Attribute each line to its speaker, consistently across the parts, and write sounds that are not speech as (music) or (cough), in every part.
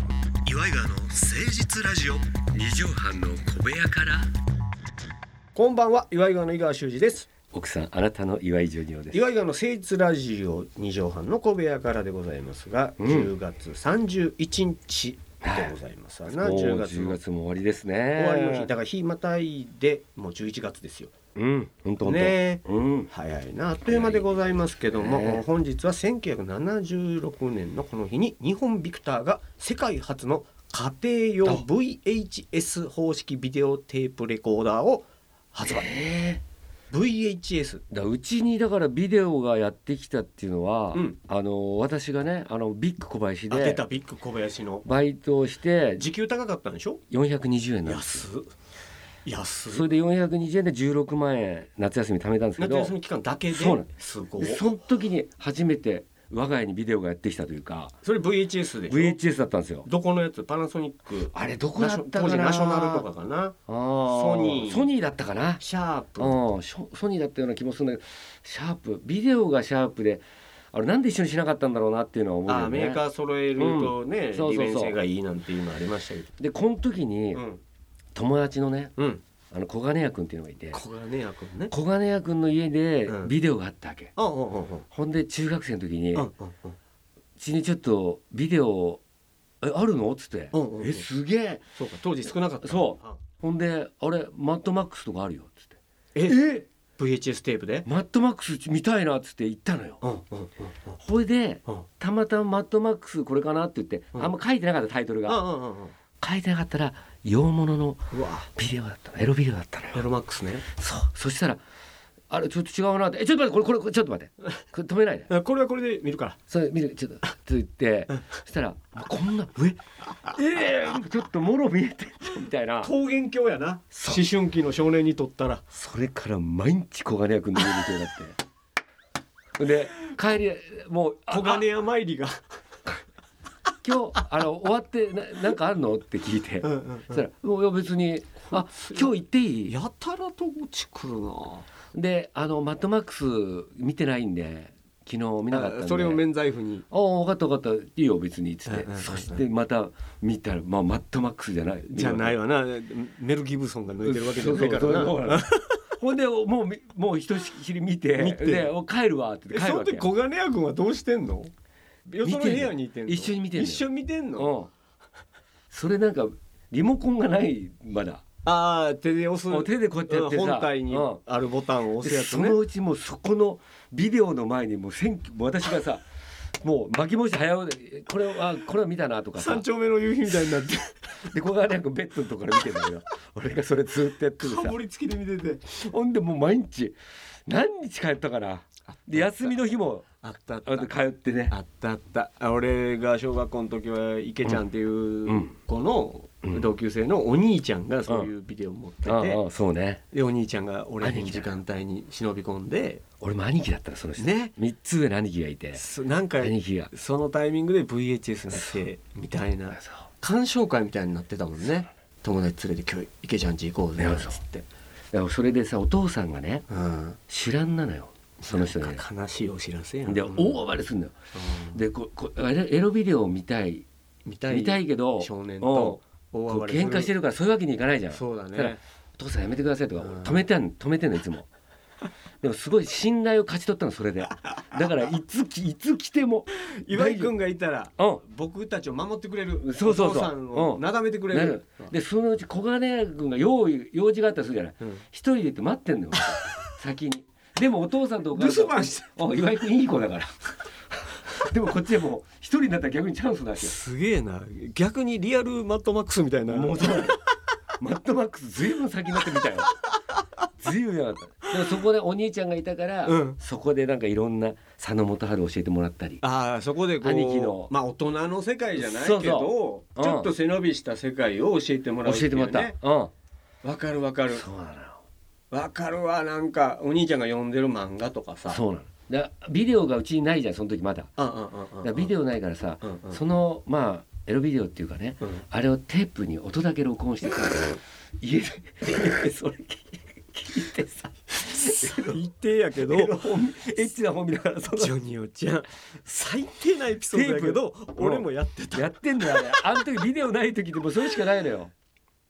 Speaker 1: イガーの誠実ラジオ
Speaker 2: 二畳半の小部屋から
Speaker 1: こんばんは岩井川の井川修司です
Speaker 2: 奥さんあなたの岩井ジョニオです
Speaker 1: 岩井川の誠実ラジオ二畳半の小部屋からでございますが、
Speaker 2: うん
Speaker 1: 10月31日でございますわな、
Speaker 2: もう
Speaker 1: 10
Speaker 2: 10
Speaker 1: 月
Speaker 2: 月も
Speaker 1: の
Speaker 2: 終わりですね
Speaker 1: 終わりの日だから日またいでもう11月ですよ
Speaker 2: うん本当本当
Speaker 1: ね
Speaker 2: うん
Speaker 1: 早いなあっという間でございますけども、
Speaker 2: ね
Speaker 1: 本日は1976年のこの日に日本ビクターが世界初の家庭用 VHS 方式ビデオテープレコーダーを発売、
Speaker 2: え
Speaker 1: VHS
Speaker 2: だうちにだからビデオがやってきたっていうのは、
Speaker 1: うん
Speaker 2: あの私がねあのビッグ小林
Speaker 1: あ出
Speaker 2: で
Speaker 1: たビッグ小林の
Speaker 2: バイトをして
Speaker 1: 時給高かったんでしょ
Speaker 2: 420円なんです
Speaker 1: 安っ安っ
Speaker 2: それで420円で16万円夏休み貯めたんですけ
Speaker 1: 夏
Speaker 2: ど
Speaker 1: 休み期間だけで
Speaker 2: そうなんです
Speaker 1: ごい
Speaker 2: でその時に初めて我が家にビデオがやってきたというか
Speaker 1: それ VHS でしょ
Speaker 2: VHS だったんですよ
Speaker 1: どこのやつパナソニック
Speaker 2: あれどこだった
Speaker 1: ナ
Speaker 2: か
Speaker 1: ショ
Speaker 2: な
Speaker 1: ナショナルとかかな
Speaker 2: あー
Speaker 1: ソニー
Speaker 2: ソニーだったかな
Speaker 1: シャープ
Speaker 2: うんショソニーだったような気もするんだけどシャープビデオがシャープであれなんで一緒にしなかったんだろうなっていうのは思う
Speaker 1: あ
Speaker 2: よ
Speaker 1: メ
Speaker 2: ね
Speaker 1: ーカー揃えるとね、
Speaker 2: そうそうそう
Speaker 1: 利便性がいいなんていうのありましたけど
Speaker 2: でこの時に
Speaker 1: うん、
Speaker 2: 友達のね
Speaker 1: うん、
Speaker 2: あの小金谷君っていうのがいて
Speaker 1: 小金谷君ね
Speaker 2: 小金谷君の家で
Speaker 1: うん
Speaker 2: ビデオがあったわけ、
Speaker 1: あうんうんうん
Speaker 2: ほんで中学生の時に
Speaker 1: うん
Speaker 2: う
Speaker 1: うんうん
Speaker 2: ちにちょっとビデオえあるのっつって
Speaker 1: うんうんうん
Speaker 2: えすげえ
Speaker 1: そうか当時少なかった
Speaker 2: そう
Speaker 1: あ
Speaker 2: ほんであれマッドマックスとかあるよっつって
Speaker 1: え VHS テープで
Speaker 2: マッドマックス見たいなっつって行ったのよ
Speaker 1: うんうんうんうん
Speaker 2: ほいで
Speaker 1: うん
Speaker 2: たまたまマッドマックスこれかなって言って、
Speaker 1: うん
Speaker 2: あんま書いてなかったタイトル
Speaker 1: う
Speaker 2: が、
Speaker 1: んうんうんうん
Speaker 2: 書いてなかったら洋物の
Speaker 1: うわ
Speaker 2: ビデオだったのエロビデオだったのよ
Speaker 1: エロマックスね
Speaker 2: そうそしたらあれちょっと違うなって「えちょっと待ってこれこれこれちょっと待ってこれ止めないで」
Speaker 1: あこれはこれで見るから
Speaker 2: それ見るちょっとと言ってそしたら「あこんな上ええー、ちょっともろ見えてんじゃん」みたいな
Speaker 1: 桃源郷やな
Speaker 2: そう
Speaker 1: 思春期の少年にとったら
Speaker 2: それから毎日小金谷君の家に行くようになってで帰りもう「あ
Speaker 1: 小金谷参りが
Speaker 2: あ今日あの終わってななんかあるの?」って聞いて
Speaker 1: うんうん
Speaker 2: そしたら「もういや別にあ今日行っていい?
Speaker 1: やたらと落ちくるな」
Speaker 2: であの「マッドマックス見てないんで昨日見なかったんで」
Speaker 1: あそれを免罪符に
Speaker 2: ああ分かった分かったいいよ別に」っつって
Speaker 1: うんうんうんうん
Speaker 2: そしてまた見たら、まあ、マッドマックスじゃない
Speaker 1: じゃないわなメル・ギブソンが抜いてるわけじゃないか
Speaker 2: そうそう
Speaker 1: ら
Speaker 2: そう
Speaker 1: な
Speaker 2: なの
Speaker 1: (laughs)
Speaker 2: ほんでもうみもうひとしきり見て
Speaker 1: 見て
Speaker 2: でお帰るわって言
Speaker 1: え
Speaker 2: っ
Speaker 1: そ
Speaker 2: て帰る
Speaker 1: の
Speaker 2: わけ
Speaker 1: 時小金谷君はどうしてんのよその部屋にいてんの
Speaker 2: 一緒に見てんのよ
Speaker 1: 一緒に見てんの
Speaker 2: うん、それなんかリモコンがないまだ
Speaker 1: ああ手で押す
Speaker 2: もう手でこうやってやってさ
Speaker 1: うん本体に
Speaker 2: うん
Speaker 1: あるボタンを押す
Speaker 2: で
Speaker 1: やつ
Speaker 2: そ
Speaker 1: ね
Speaker 2: のうちもうそこのビデオの前にもう選挙私がさもう巻き戻して早うでこれはこれは見たなとかさ
Speaker 1: 三丁目の夕日みたいになって
Speaker 2: でここがなんかベッドのとこから見てんだ (laughs) けど俺がそれずっとやってて
Speaker 1: か
Speaker 2: さ
Speaker 1: ぶりつきで見てて
Speaker 2: ほんでもう毎日何日帰ったかなで休みの日も
Speaker 1: あったあっ
Speaker 2: あの
Speaker 1: た
Speaker 2: 通ってね
Speaker 1: あったあったあ俺が小学校の時は池ちゃんっていうん子の
Speaker 2: うん
Speaker 1: 同級生のお兄ちゃんがそういうビデオを持ってて、
Speaker 2: ああそうね
Speaker 1: でお兄ちゃんが俺の時間帯に忍び込んで
Speaker 2: 俺も兄貴だったのその人、
Speaker 1: ね
Speaker 2: 3つ上の兄貴がいて
Speaker 1: そなんか
Speaker 2: 兄貴が
Speaker 1: そのタイミングで VHS になってみたいな
Speaker 2: そ
Speaker 1: 鑑賞会みたいになってたもんね友達連れて今日池ちゃん家行こうぜ
Speaker 2: ね
Speaker 1: っつって、
Speaker 2: うだからそれでさお父さんがね
Speaker 1: うん、
Speaker 2: 知らんなのよその人
Speaker 1: な
Speaker 2: が
Speaker 1: ん
Speaker 2: ね
Speaker 1: か悲しいお知らせやん
Speaker 2: で
Speaker 1: うん
Speaker 2: 大暴れすんのよ
Speaker 1: うん
Speaker 2: でここエロエロビデオを見たい
Speaker 1: 見たい
Speaker 2: 見たいけど
Speaker 1: 少年と
Speaker 2: こ
Speaker 1: 大
Speaker 2: う
Speaker 1: 暴れする
Speaker 2: 喧嘩してるからそういうわけにいかないじゃん
Speaker 1: そうだ
Speaker 2: から
Speaker 1: ね
Speaker 2: お父さんやめてくださいとか
Speaker 1: うん
Speaker 2: 止めてん止めてんのい
Speaker 1: (laughs)
Speaker 2: つもでもすごい信頼を勝ち取ったのそれでだからいつきいつ来ても
Speaker 1: 岩井君がいたら
Speaker 2: うん
Speaker 1: 僕たちを守ってくれる
Speaker 2: そうそうそう
Speaker 1: お父さんを
Speaker 2: うん
Speaker 1: なだめてくれ
Speaker 2: な
Speaker 1: る
Speaker 2: る、でそのうち小金谷君が用意用事があったらするじゃない
Speaker 1: うん
Speaker 2: 一人で行って待ってんのよ先にでもお父さんとお
Speaker 1: 留
Speaker 2: 母さん
Speaker 1: 守番して
Speaker 2: お岩井君いい子だ
Speaker 1: (laughs)
Speaker 2: からでもこっちはもう一人になったら逆にチャンスだし
Speaker 1: すげえな逆にリアルマットマックスみたいな
Speaker 2: もうそうなのマッドマックスずいぶん先になってみたよずいぶんやがったでもそこでお兄ちゃんがいたから、
Speaker 1: うん
Speaker 2: そこでなんかいろんな佐野元春教えてもらったり
Speaker 1: ああそこでこう
Speaker 2: 兄貴の
Speaker 1: まあ大人の世界じゃないけど
Speaker 2: そうそ
Speaker 1: ちょっと背伸びした世界を教えてもら
Speaker 2: 教
Speaker 1: う
Speaker 2: えてもらった、
Speaker 1: ね
Speaker 2: うん
Speaker 1: わかるわかる
Speaker 2: そうなのよ
Speaker 1: わかるわなんかお兄ちゃんが読んでる漫画とかさ
Speaker 2: そうなのだビデオがうちにないじゃんその時まだ
Speaker 1: うんうんうんうん
Speaker 2: だからビデオないからさ、
Speaker 1: うんうん
Speaker 2: そのまあエロビデオっていうかね、
Speaker 1: うん (laughs)
Speaker 2: あれをテープに音だけ録音してさ家でそれ聞いてさ
Speaker 1: 一定やけど
Speaker 2: エロ本エッチな本見ながらそ
Speaker 1: ジ
Speaker 2: の
Speaker 1: ョニオちゃん最低なエピソードやけど
Speaker 2: プ
Speaker 1: 俺もやってた
Speaker 2: やってんだよあれあの時ビデオない時でもそれしかないのよ、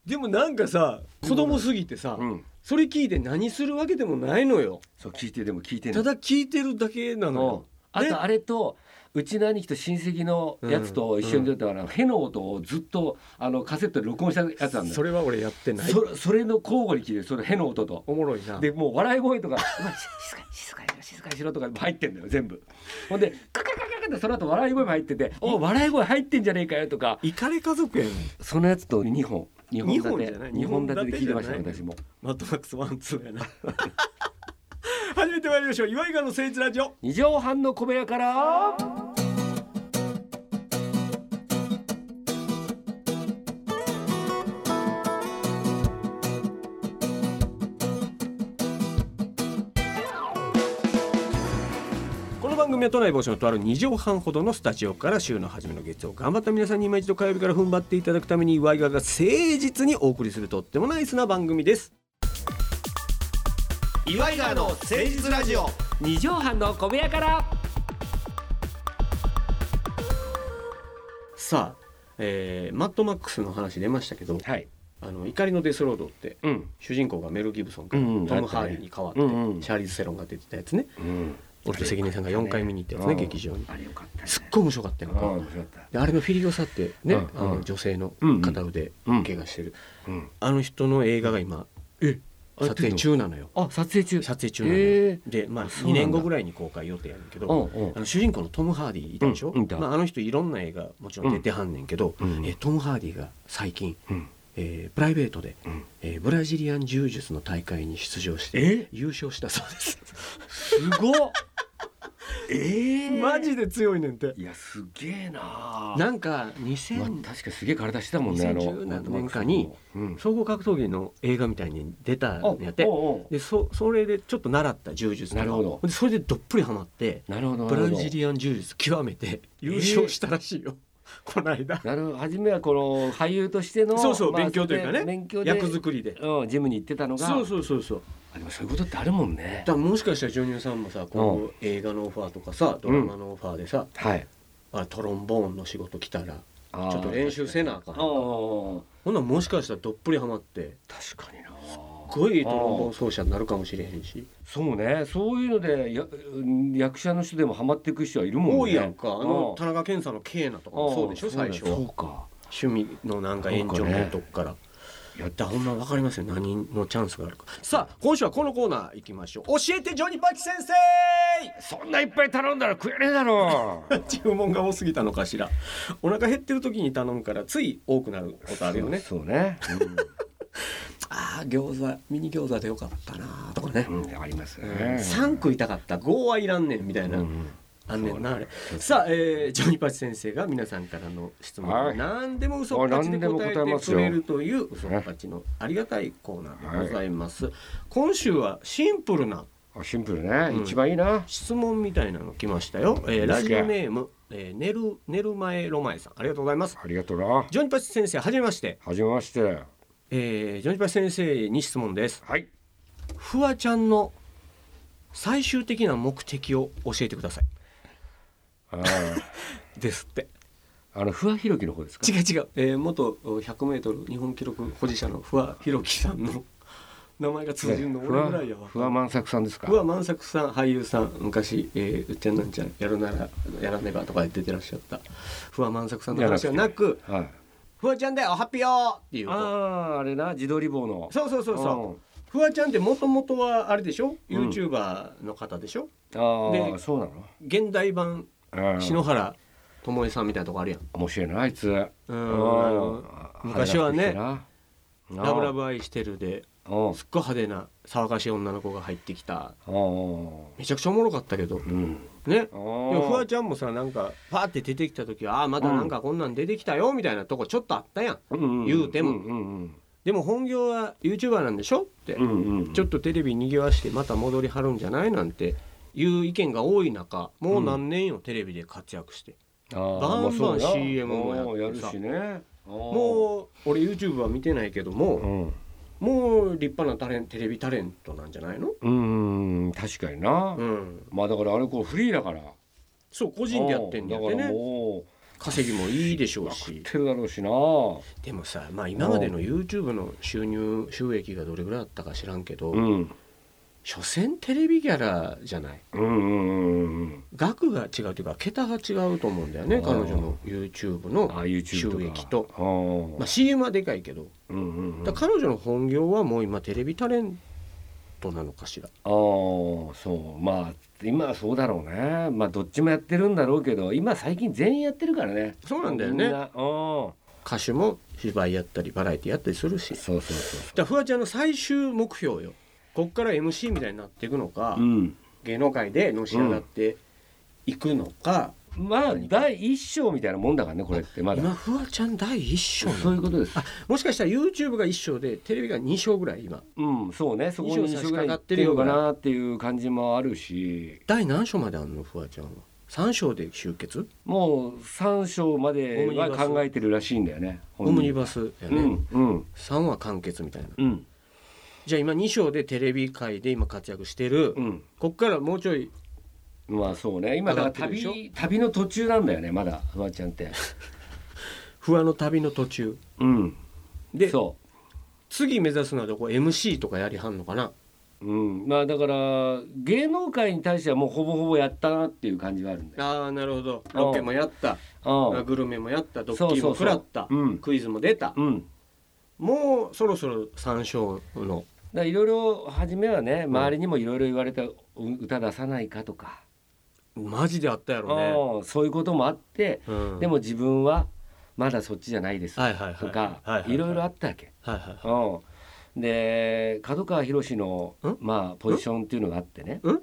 Speaker 1: でもなんかさ子供すぎてさ、
Speaker 2: うん、
Speaker 1: それ聞いて何するわけでもないのよ
Speaker 2: そう聞いてでも聞いてない
Speaker 1: ただ聞いてるだけなの
Speaker 2: うん
Speaker 1: よ、
Speaker 2: あ
Speaker 1: で
Speaker 2: とあれとうちの兄貴と親戚のやつと一緒に出たから、ヘの音をずっとあのカセットで録音したやつなんだ
Speaker 1: そ
Speaker 2: よ
Speaker 1: れは俺やってない
Speaker 2: そそれの交互に聞いてそのヘの音と
Speaker 1: おもろいな
Speaker 2: でもう笑い声とか「うわし静かに静かにしろ静かにしろ」とか入ってんだよ全部ほんでカカカカカってその後笑い声も入ってて「お笑い声入ってんじゃねえかよ」とか
Speaker 1: イカレ家族やん
Speaker 2: そのやつと2本2本
Speaker 1: 二本
Speaker 2: 立
Speaker 1: じゃな
Speaker 2: て
Speaker 1: い
Speaker 2: 二本立てで聞いてました
Speaker 1: 二本立
Speaker 2: 私も
Speaker 1: マッドマックスワンツーやな始めてまいりましょう岩井川の誠一ラジオ
Speaker 2: 2畳半の小部屋から
Speaker 1: この番組は都内某所のとある2畳半ほどのスタジオから週の初めの月曜頑張った皆さんに今一度火曜日から踏ん張っていただくために岩井川が誠実にお送りするとってもナイスな番組です岩井川の誠実ラジオ
Speaker 2: 2畳半の小部屋から
Speaker 1: さあ、えーマッドマックスの話出ましたけど
Speaker 2: はい
Speaker 1: あの怒りのデスロードって
Speaker 2: うん
Speaker 1: 主人公がメル・ギブソンから
Speaker 2: う
Speaker 1: ト
Speaker 2: んうん
Speaker 1: ム・ハーリーに変わって、
Speaker 2: あったねうんうん
Speaker 1: シャーリーズ・セロンが出てたやつね
Speaker 2: うん
Speaker 1: 俺と関根さんが4回見に行ったやつね劇場に
Speaker 2: あれよかったね
Speaker 1: すっごい面白かったよ、
Speaker 2: うん面白かった
Speaker 1: であれのフィリオサってね、
Speaker 2: うん
Speaker 1: あ
Speaker 2: う
Speaker 1: の
Speaker 2: ん
Speaker 1: 女性の
Speaker 2: うんうん
Speaker 1: 片腕
Speaker 2: うん
Speaker 1: 怪我してる、
Speaker 2: うん
Speaker 1: あの人の映画が今
Speaker 2: え
Speaker 1: 撮影中なのよ
Speaker 2: あ撮影中
Speaker 1: 撮影中なのよ、
Speaker 2: え
Speaker 1: でまあ
Speaker 2: そうな
Speaker 1: 2
Speaker 2: んだ
Speaker 1: 年後ぐらいに公開予定やねんけ
Speaker 2: え
Speaker 1: ど、
Speaker 2: うんうん
Speaker 1: あの主人公のトム・ハーディいたでしょ、
Speaker 2: うんいた
Speaker 1: まあ、あの人いろんな映画もちろん出てはんねんけど、
Speaker 2: うん
Speaker 1: えートム・ハーディが最近、
Speaker 2: うん
Speaker 1: えープライベートで、
Speaker 2: うん
Speaker 1: えーブラジリアン柔術の大会に出場して
Speaker 2: え
Speaker 1: 優勝したそうです、
Speaker 2: すごっ (laughs) ええ
Speaker 1: (laughs) マジで強いねんて
Speaker 2: いやすげえなあ
Speaker 1: なんか
Speaker 2: うわ
Speaker 1: 2000
Speaker 2: 確かすげえ体してたもんねあの
Speaker 1: 2017年かに
Speaker 2: うん
Speaker 1: 総合格闘技の映画みたいに出た
Speaker 2: あ
Speaker 1: んやって
Speaker 2: おうお
Speaker 1: でそそれでちょっと習った柔術とか
Speaker 2: なるほど
Speaker 1: でそれでどっぷりハマって
Speaker 2: うなるほど
Speaker 1: ブ
Speaker 2: なる
Speaker 1: ラ
Speaker 2: ほど
Speaker 1: ジリアン柔術極めて優勝したらしいよ、この
Speaker 2: (laughs)
Speaker 1: 間
Speaker 2: なるほど初めはこの俳優としての
Speaker 1: そうそう勉強
Speaker 2: れで
Speaker 1: というかね
Speaker 2: 勉強で
Speaker 1: 役作りで
Speaker 2: うんジムに行ってたのが
Speaker 1: そうそうそうそう
Speaker 2: あでもそういうことってあるもんね
Speaker 1: だからもしかしたらジョニオさんもさ今後映画のオファーとかさドラマのオファーでさ、
Speaker 2: はい
Speaker 1: あトロンボーンの仕事来たら
Speaker 2: ちょ
Speaker 1: ちょっと練習せなあかん
Speaker 2: あ
Speaker 1: ほんならもしかしたらどっぷりハマって
Speaker 2: 確かにな
Speaker 1: すごいトロンボーン奏者になるかもしれへんし
Speaker 2: そうねそういうのでや役者の人でもハマっていく人はいるもんね
Speaker 1: 多いやんかあの
Speaker 2: あ
Speaker 1: 田中健さんのケーナとかもそうでしょ
Speaker 2: あ
Speaker 1: 最初は
Speaker 2: そうか
Speaker 1: 趣味のなんか延長のとこから。
Speaker 2: いや
Speaker 1: だからほんま分かりますよ何のチャンスがあるかさあ今週はこのコーナー行きましょう教えてジョニパキ先生
Speaker 2: そんないっぱい頼んだら食えねえだろ
Speaker 1: 注文が多すぎたのかしらお腹減ってる時に頼むからつい多くなることあるよね
Speaker 2: (laughs) そうそうね、
Speaker 1: ああ餃子ミニ餃子でよかったなとかね
Speaker 2: うんうんありますね
Speaker 1: 3食いたかった5はいらんねんみたいな、
Speaker 2: うん
Speaker 1: あんねんなあれさあ、えージョニパチ先生が皆さんからの質問、
Speaker 2: はい
Speaker 1: 何でも嘘っぱちで答えてくれるという嘘
Speaker 2: よ
Speaker 1: っぱちのありがたいコーナーでございます、今週はシンプルな
Speaker 2: あシンプルね、
Speaker 1: うん
Speaker 2: 一番いいな
Speaker 1: 質問みたいなの来ましたよ、えーラジオネーム、えー、寝る寝る前ロマエさんありがとうございます
Speaker 2: ありがとうな
Speaker 1: ジョニパチ先生はじめまして、
Speaker 2: はじめまして
Speaker 1: えージョニパチ先生に質問です
Speaker 2: はい
Speaker 1: フワちゃんの最終的な目的を教えてください
Speaker 2: あー
Speaker 1: ですって
Speaker 2: あの不破ひろきの方ですか
Speaker 1: 違う違う、えー、元100メートル日本記録保持者の不破弘樹さんの名前が通じるの
Speaker 2: ね
Speaker 1: 俺ぐらいやわ。
Speaker 2: 不破万作さんですか
Speaker 1: 不破万作さん俳優さん昔「えー、うっちゃんなんちゃんやるならやらねば」とかで出てらっしゃった不破万作さんの話じゃなく
Speaker 2: はい
Speaker 1: 「不破ちゃんだよハッピーよ!」っていう
Speaker 2: あ
Speaker 1: 子
Speaker 2: ああれな自撮り棒の
Speaker 1: そうそうそうそう不破ちゃんってもともとはあれでしょ YouTuber の方でしょ、
Speaker 2: うんあ
Speaker 1: で
Speaker 2: あそうな
Speaker 1: 現代版
Speaker 2: のうん
Speaker 1: 篠原智恵さんみたいなとこあるやん。
Speaker 2: 面白いなあいつ
Speaker 1: う
Speaker 2: うん
Speaker 1: あの
Speaker 2: ん
Speaker 1: 昔はね
Speaker 2: 「
Speaker 1: ラブラ
Speaker 2: ブ
Speaker 1: ブ愛してるで」
Speaker 2: うん
Speaker 1: すっごい派手な騒がしい女の子が入ってきた
Speaker 2: うん
Speaker 1: めちゃくちゃおもろかったけど
Speaker 2: うん
Speaker 1: ね
Speaker 2: あ
Speaker 1: でもフワ
Speaker 2: ー
Speaker 1: ちゃんもさなんかパーって出てきた時はああまたなんかこんなん出てきたよみたいなとこちょっとあったやん
Speaker 2: うんうん
Speaker 1: 言うても
Speaker 2: うんうん
Speaker 1: でも本業は YouTuber なんでしょって
Speaker 2: うんうんうん
Speaker 1: ちょっとテレビにぎわしてまた戻りはるんじゃないなんていう意見が多い中もう何年よテレビで活躍して
Speaker 2: あー
Speaker 1: バンバン
Speaker 2: まあそうや
Speaker 1: CM もやってさ
Speaker 2: うんやるしねも
Speaker 1: もう俺 YouTube は見てないけども
Speaker 2: うん
Speaker 1: もう立派なタレンテレビタレントなんじゃないの、
Speaker 2: うーん確かにな、
Speaker 1: うん、
Speaker 2: まあだからあれこうフリーだから
Speaker 1: そう個人でやってんだって
Speaker 2: うだから
Speaker 1: ね
Speaker 2: もう
Speaker 1: 稼ぎもいいでしょう
Speaker 2: 食っ
Speaker 1: して
Speaker 2: るだろうしな
Speaker 1: でもさ、まあ、今までの YouTube の収入収益がどれぐらいあったか知らんけど、
Speaker 2: うん
Speaker 1: 所詮テレビギャラじゃない
Speaker 2: うんうんうんうん
Speaker 1: 額が違うというか桁が違うと思うんだよね
Speaker 2: あー
Speaker 1: 彼女の YouTube の
Speaker 2: ああ YouTube とか
Speaker 1: 収益と
Speaker 2: あー
Speaker 1: まあ、CM はでかいけど、
Speaker 2: うんうんうん
Speaker 1: だから彼女の本業はもう今テレビタレントなのかしら
Speaker 2: ああそうまあ今はそうだろうねまあどっちもやってるんだろうけど今最近全員やってるからね
Speaker 1: そうなんだよね
Speaker 2: みなうん
Speaker 1: 歌手も芝居やったりバラエティやったりするしだか
Speaker 2: そうそうそうそ
Speaker 1: らフワちゃんの最終目標よこっから MC みたいになっていくのか、
Speaker 2: ううん
Speaker 1: 芸能界でのし上がっていくのか、
Speaker 2: まあ第一章みたいなもんだからねこれってまだ
Speaker 1: 今フワちゃん第一章な
Speaker 2: そう
Speaker 1: の
Speaker 2: いうことです
Speaker 1: あもしかしたら YouTube が一章でテレビが二章ぐらい今
Speaker 2: うんそうねそこに
Speaker 1: 二章
Speaker 2: 一緒ぐらい
Speaker 1: 差し掛か
Speaker 2: 行
Speaker 1: っ
Speaker 2: ってて
Speaker 1: る
Speaker 2: る
Speaker 1: よ
Speaker 2: のかなっていう感じもあるし
Speaker 1: 第何章まであるのフワちゃんは3章で終結
Speaker 2: もう三章までは考えてるらしいんだよね
Speaker 1: オムニバスやね、
Speaker 2: うんうん
Speaker 1: 3は完結みたいな
Speaker 2: うん
Speaker 1: じゃあ今2章でテレビ界で今活躍してる、
Speaker 2: うん
Speaker 1: こっからもうちょい
Speaker 2: まあそうね今だから
Speaker 1: 上がってる
Speaker 2: 旅旅の途中なんだよねまだフワちゃんって
Speaker 1: 不安の旅の途中
Speaker 2: うん
Speaker 1: で
Speaker 2: そう
Speaker 1: 次目指すのはどこ MC とかやりはんのかな
Speaker 2: うん、まあだから芸能界に対してはもうほぼほぼやったなっていう感じはあるんだよ。
Speaker 1: ああなるほどロケもやった
Speaker 2: あ
Speaker 1: グルメもやったド
Speaker 2: そ
Speaker 1: ッ
Speaker 2: うそう
Speaker 1: キリ
Speaker 2: そ
Speaker 1: も
Speaker 2: う
Speaker 1: 食らった
Speaker 2: うん
Speaker 1: クイズも出た
Speaker 2: うん、だか
Speaker 1: もうそろそろ3章の
Speaker 2: らいろいろ初めはね周りにもいろいろ言われた歌出さないかとか、
Speaker 1: マジであったやろね、
Speaker 2: うんそういうこともあって、
Speaker 1: うん、
Speaker 2: でも自分はまだそっちじゃないです
Speaker 1: はいはいはい
Speaker 2: とか、
Speaker 1: はいはい
Speaker 2: い
Speaker 1: はい
Speaker 2: ろいろあったわけ。
Speaker 1: はいはいはい
Speaker 2: うん、で角川博の
Speaker 1: ん
Speaker 2: まあポジションっていうのがあってね。
Speaker 1: ん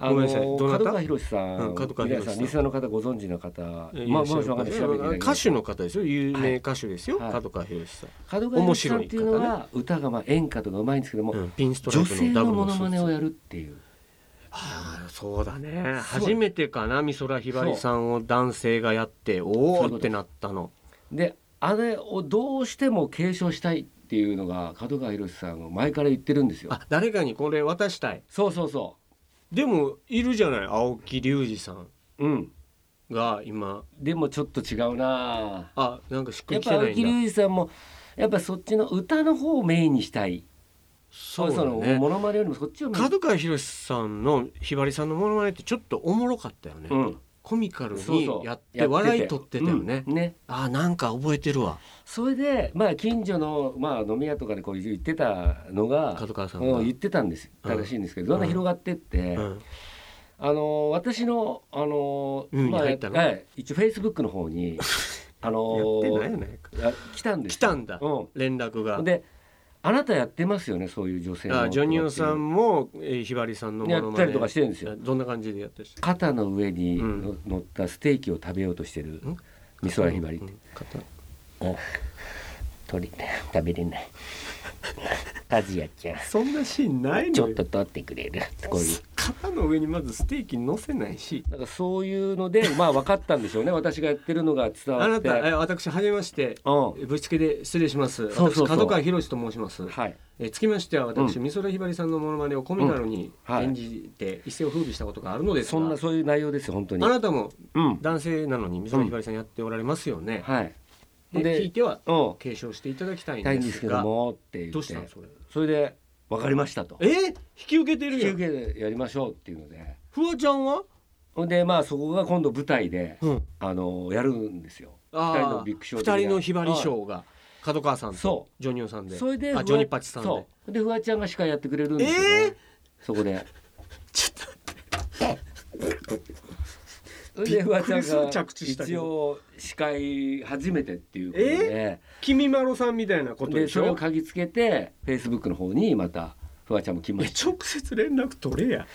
Speaker 2: あ
Speaker 1: ごめん
Speaker 2: の
Speaker 1: なさいどなた
Speaker 2: 角川博さ
Speaker 1: うん
Speaker 2: ん、
Speaker 1: 角川博
Speaker 2: 皆
Speaker 1: さん
Speaker 2: さんリスナーの方ご存知の方、
Speaker 1: え
Speaker 2: まあ
Speaker 1: いらっ
Speaker 2: もう
Speaker 1: しゃ
Speaker 2: わかんない
Speaker 1: る
Speaker 2: 調べてみないけど
Speaker 1: 歌手の方ですよ有名歌手ですよ、
Speaker 2: はい
Speaker 1: 角川博さん、
Speaker 2: 角川さんっていうの
Speaker 1: 面白い
Speaker 2: は歌がまあ演歌とかうまいんですけども、
Speaker 1: うんピンストラ
Speaker 2: 女
Speaker 1: イプ
Speaker 2: 性
Speaker 1: のダ
Speaker 2: の
Speaker 1: ブル
Speaker 2: モノ
Speaker 1: スーツ
Speaker 2: マネをやるっていう
Speaker 1: ああそうだね
Speaker 2: そう
Speaker 1: 初めてかな美空ひばりさんを男性がやって
Speaker 2: そう
Speaker 1: お
Speaker 2: いう
Speaker 1: お
Speaker 2: こ
Speaker 1: っ
Speaker 2: と
Speaker 1: てなったの
Speaker 2: であれをどうしても継承したいっていうのが角川博さんが前から言ってるんですよ
Speaker 1: あ誰かにこれ渡したい
Speaker 2: そうそうそ
Speaker 1: でもいるじゃない青木隆二さん
Speaker 2: ううん
Speaker 1: が今
Speaker 2: でもちょっと違うな
Speaker 1: あなんかしっく
Speaker 2: や
Speaker 1: りき
Speaker 2: っぱ
Speaker 1: て
Speaker 2: 青
Speaker 1: ない
Speaker 2: 木
Speaker 1: んだ
Speaker 2: 隆二さんもやっぱそっちの歌の方をメインにしたい
Speaker 1: そうだ
Speaker 2: の
Speaker 1: ね
Speaker 2: モノマネよりもそっちをメイン
Speaker 1: 角川博さんのひばりさんのモノマネってちょっとおもろかったよね、
Speaker 2: うん
Speaker 1: コミカル
Speaker 2: そうそ
Speaker 1: に
Speaker 2: う
Speaker 1: やって笑い取ってたよね、
Speaker 2: うんね
Speaker 1: あーなんか覚えてるわ
Speaker 2: それでまあ近所のまあ飲み屋とかでこう言ってたのが
Speaker 1: 角川さんが
Speaker 2: うん言ってたんです
Speaker 1: うん
Speaker 2: 正しいんですけど、だんだん広がってって、
Speaker 1: うん
Speaker 2: あの私のあの、
Speaker 1: うん入ったの
Speaker 2: はい、一応フェイスブックの
Speaker 1: (laughs)
Speaker 2: 方にあの
Speaker 1: やってないよね
Speaker 2: あ来たんです
Speaker 1: 来たんだ
Speaker 2: う
Speaker 1: 連絡が
Speaker 2: ん、であなたやってますよねそういう女性の
Speaker 1: あジョニオさ
Speaker 2: も
Speaker 1: んもえーひばりさんのモ
Speaker 2: や
Speaker 1: ノ
Speaker 2: っ
Speaker 1: マ
Speaker 2: た
Speaker 1: ネ
Speaker 2: りとかしてるんですよ
Speaker 1: どんな感じでやってる
Speaker 2: 肩の上に
Speaker 1: うん
Speaker 2: の乗ったステーキを食べようとしてる
Speaker 1: ん
Speaker 2: 美空ひばりって、
Speaker 1: 肩
Speaker 2: うん鳥食べれないカズヤちゃん
Speaker 1: そんなシーンないのよ
Speaker 2: 取ってくれるこ
Speaker 1: 肩の上にまずステーキ乗せないし
Speaker 2: なんかそういう
Speaker 1: (laughs)
Speaker 2: のでまあ分かったんでしょうね私がやってるのが伝
Speaker 1: あ
Speaker 2: わ
Speaker 1: な
Speaker 2: って
Speaker 1: たえ私はじめまして
Speaker 2: う
Speaker 1: えぶっつけで失礼します
Speaker 2: そうそうそう
Speaker 1: 私角川博と申します
Speaker 2: んはい
Speaker 1: えつきましては私、
Speaker 2: う
Speaker 1: 美空ひばりさんのモノマネをコミカルに
Speaker 2: うんはい
Speaker 1: 演じて一世を風靡したことがあるのですが、
Speaker 2: そんなそういう内容ですよ本当に
Speaker 1: あなたも
Speaker 2: うん
Speaker 1: 男性なのに美空ひばりさんやっておられますよね、
Speaker 2: はい
Speaker 1: で聞いては
Speaker 2: うん
Speaker 1: 継承していただきたいん
Speaker 2: たいん
Speaker 1: で
Speaker 2: で
Speaker 1: す
Speaker 2: すけど
Speaker 1: が
Speaker 2: もって言って
Speaker 1: どうしたのそれ
Speaker 2: それで分かりましたと
Speaker 1: えー引き受けて
Speaker 2: 引
Speaker 1: る
Speaker 2: き
Speaker 1: よ
Speaker 2: 受けでやりましょうっていうので
Speaker 1: フワちゃんは、
Speaker 2: ほんでまあそこが今度舞台で
Speaker 1: うん、
Speaker 2: あのやるんですよ
Speaker 1: あ
Speaker 2: 二
Speaker 1: ー
Speaker 2: 人のビッグショー的な
Speaker 1: 二人のひばり賞が角川さんと
Speaker 2: そ
Speaker 1: ジョニオさんで
Speaker 2: それで
Speaker 1: あジョニパチさんで
Speaker 2: そうでフワちゃんが司会やってくれるんですよ
Speaker 1: え
Speaker 2: ね
Speaker 1: ー
Speaker 2: そこで
Speaker 1: ちょっ
Speaker 2: そ (laughs) れでフワちゃ
Speaker 1: びっくりする
Speaker 2: んが
Speaker 1: 着地したけ
Speaker 2: 一
Speaker 1: ど
Speaker 2: 応司会初めてっていうことで、
Speaker 1: と君まろさんみたいなこと
Speaker 2: で
Speaker 1: でし
Speaker 2: それを
Speaker 1: ょ
Speaker 2: 嗅ぎつけてフェイスブックの方にまたフワちゃんも来
Speaker 1: い
Speaker 2: ま
Speaker 1: や
Speaker 2: した
Speaker 1: 直接連絡取れや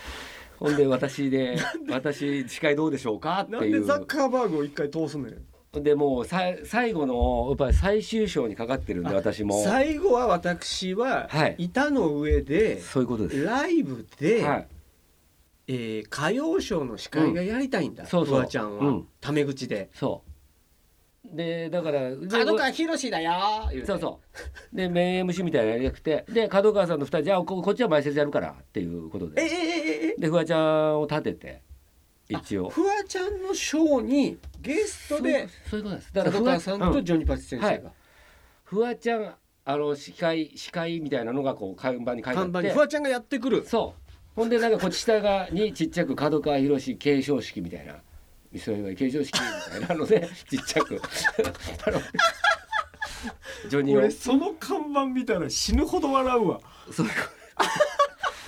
Speaker 2: ほんで私
Speaker 1: (laughs)
Speaker 2: で「私司会どうでしょうか?」って
Speaker 1: なん
Speaker 2: い
Speaker 1: で
Speaker 2: う
Speaker 1: ザッカーバーグを一回通すのよ
Speaker 2: でもうさ最後のやっぱり最終章にかかってるんで私も
Speaker 1: 最後は私は
Speaker 2: はい
Speaker 1: 板の上で
Speaker 2: そういうことです。
Speaker 1: ライブで、
Speaker 2: はい、
Speaker 1: えー歌謡ショーの司会がやりたいんだ、
Speaker 2: うんそうそう
Speaker 1: フワちゃんは、
Speaker 2: うん
Speaker 1: タメ口で
Speaker 2: そうでだからで
Speaker 3: 角川博士だよー言て
Speaker 2: そうそうでメイン MC みたいなのやりたくてで角川さんの2人じゃあここっちは前説やるからっていうこと
Speaker 3: えええ
Speaker 2: で
Speaker 3: ええ
Speaker 2: でフワちゃんを立てて一応
Speaker 3: フワちゃんのショーにゲストで
Speaker 2: そういうことですだから
Speaker 3: 角
Speaker 2: フワ
Speaker 3: 川さんとジョニーパチ先生が
Speaker 2: フワちゃんあの司会司会みたいなのがこう看板に書いてあ
Speaker 1: 看
Speaker 2: っ
Speaker 1: 板に
Speaker 2: て
Speaker 1: フワちゃんがやってくる
Speaker 2: そうほんでなんかこっち下側にちっちゃく角川博士継承式みたいな三島由紀夫継承式みたいなのでちっちゃくあのジョニーを
Speaker 1: その看板見たら死ぬほど笑うわ
Speaker 2: そういうこ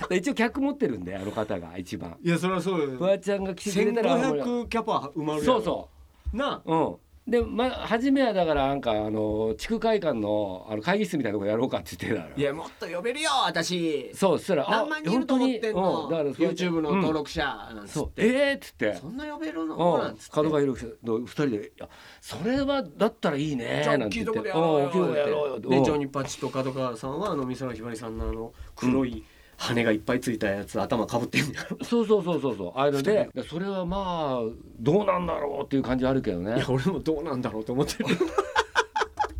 Speaker 2: と一応客持ってるんであの方が一番
Speaker 1: いやそりゃそうよ
Speaker 2: フワちゃんが来てくれたら
Speaker 1: 1500キャパ埋まるやん
Speaker 2: そうそう
Speaker 1: な
Speaker 2: ううんでま初めはだからなんかあの地区会館のあの会議室みたいなとこやろうかって言ってたの
Speaker 3: いやもっと呼べるよ私
Speaker 2: そうそしたらあ
Speaker 3: 何万人いると思ってんの
Speaker 2: 本当にうんだから
Speaker 3: YouTube の
Speaker 2: うん
Speaker 3: 登録者なんつ
Speaker 2: そ
Speaker 3: っ
Speaker 2: う
Speaker 3: て、
Speaker 2: ええっつって
Speaker 3: そんな呼べるの
Speaker 2: う
Speaker 3: なん
Speaker 2: ん
Speaker 3: つって
Speaker 2: 角川博士の二人でいや「それはだったらいいね」
Speaker 3: じゃあ
Speaker 2: なん
Speaker 3: 大
Speaker 2: て
Speaker 3: きい
Speaker 2: 言って
Speaker 3: とこでや
Speaker 2: うん
Speaker 3: ろ
Speaker 2: 大
Speaker 3: う
Speaker 2: きい
Speaker 3: よ
Speaker 2: とこで
Speaker 3: やろう
Speaker 2: やろ
Speaker 3: よ
Speaker 2: う
Speaker 3: で
Speaker 2: よ
Speaker 1: で
Speaker 2: うん
Speaker 1: ジョニーパチと角川さんはあの美空ひばりさんのあの黒い羽がいっぱいついたやつ頭かぶってるんだろ
Speaker 2: そうそうそうそうそうあれのででそれはまあどうなんだろうっていう感じはあるけど
Speaker 1: い
Speaker 2: ね
Speaker 1: や俺もどうなんだろうと思ってる (laughs)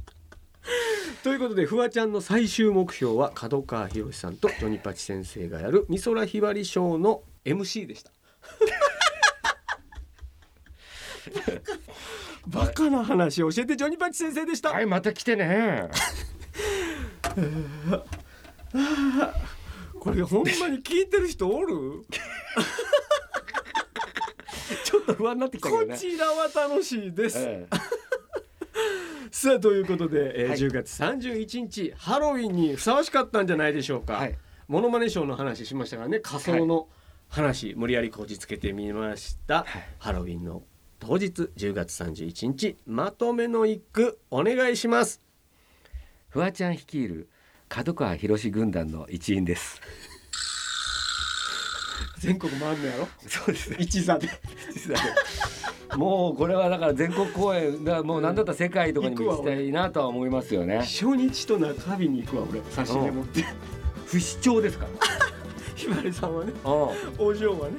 Speaker 1: ということでフワちゃんの最終目標は角川博さんとジョニーパチ先生がやる美空ひばりショーの MC でした (laughs) バカな話を教えてジョニーパチ先生でした、
Speaker 2: はいまた来て
Speaker 3: (laughs)
Speaker 2: ね
Speaker 1: これほんまに聞いてる人おる
Speaker 2: ちょっと不安になってきたけど
Speaker 1: こ
Speaker 2: ね
Speaker 1: ちらは楽しいです、
Speaker 2: え
Speaker 1: さあということで、えー
Speaker 2: はい
Speaker 1: 10月31日ハロウィンにふさわしかったんじゃないでしょうか、
Speaker 2: えはい
Speaker 1: モノマネショーの話しましたからね仮装の話、無理やりこじつけてみました、
Speaker 2: はい
Speaker 1: ハロウィンの当日10月31日まとめの一句お願いします
Speaker 2: フワちゃん率いる角川博士軍団の一員です
Speaker 1: 全国回るのやろ
Speaker 2: そうですね
Speaker 1: 一座で
Speaker 2: (laughs) もうこれはだから全国公演だからもう何だったら世界とかにも行きたいなとは思いますよね
Speaker 1: (laughs) 初日と中日に行くわ俺差し入れ持って
Speaker 2: 不死鳥ですから
Speaker 1: ひばりさんはね
Speaker 2: お
Speaker 1: お嬢はね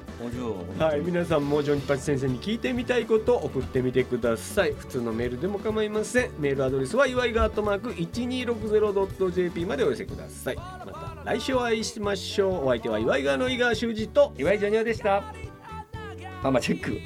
Speaker 1: はい、皆さんもジョニパチ先生に聞いてみたいことを送ってみてください普通のメールでも構いませんメールアドレスは祝いがアットマーク 1260.jp までお寄せくださいまた来週お会いしましょうお相手は祝いがの井川修司と
Speaker 2: 岩井ジョニオでしたあまあチェック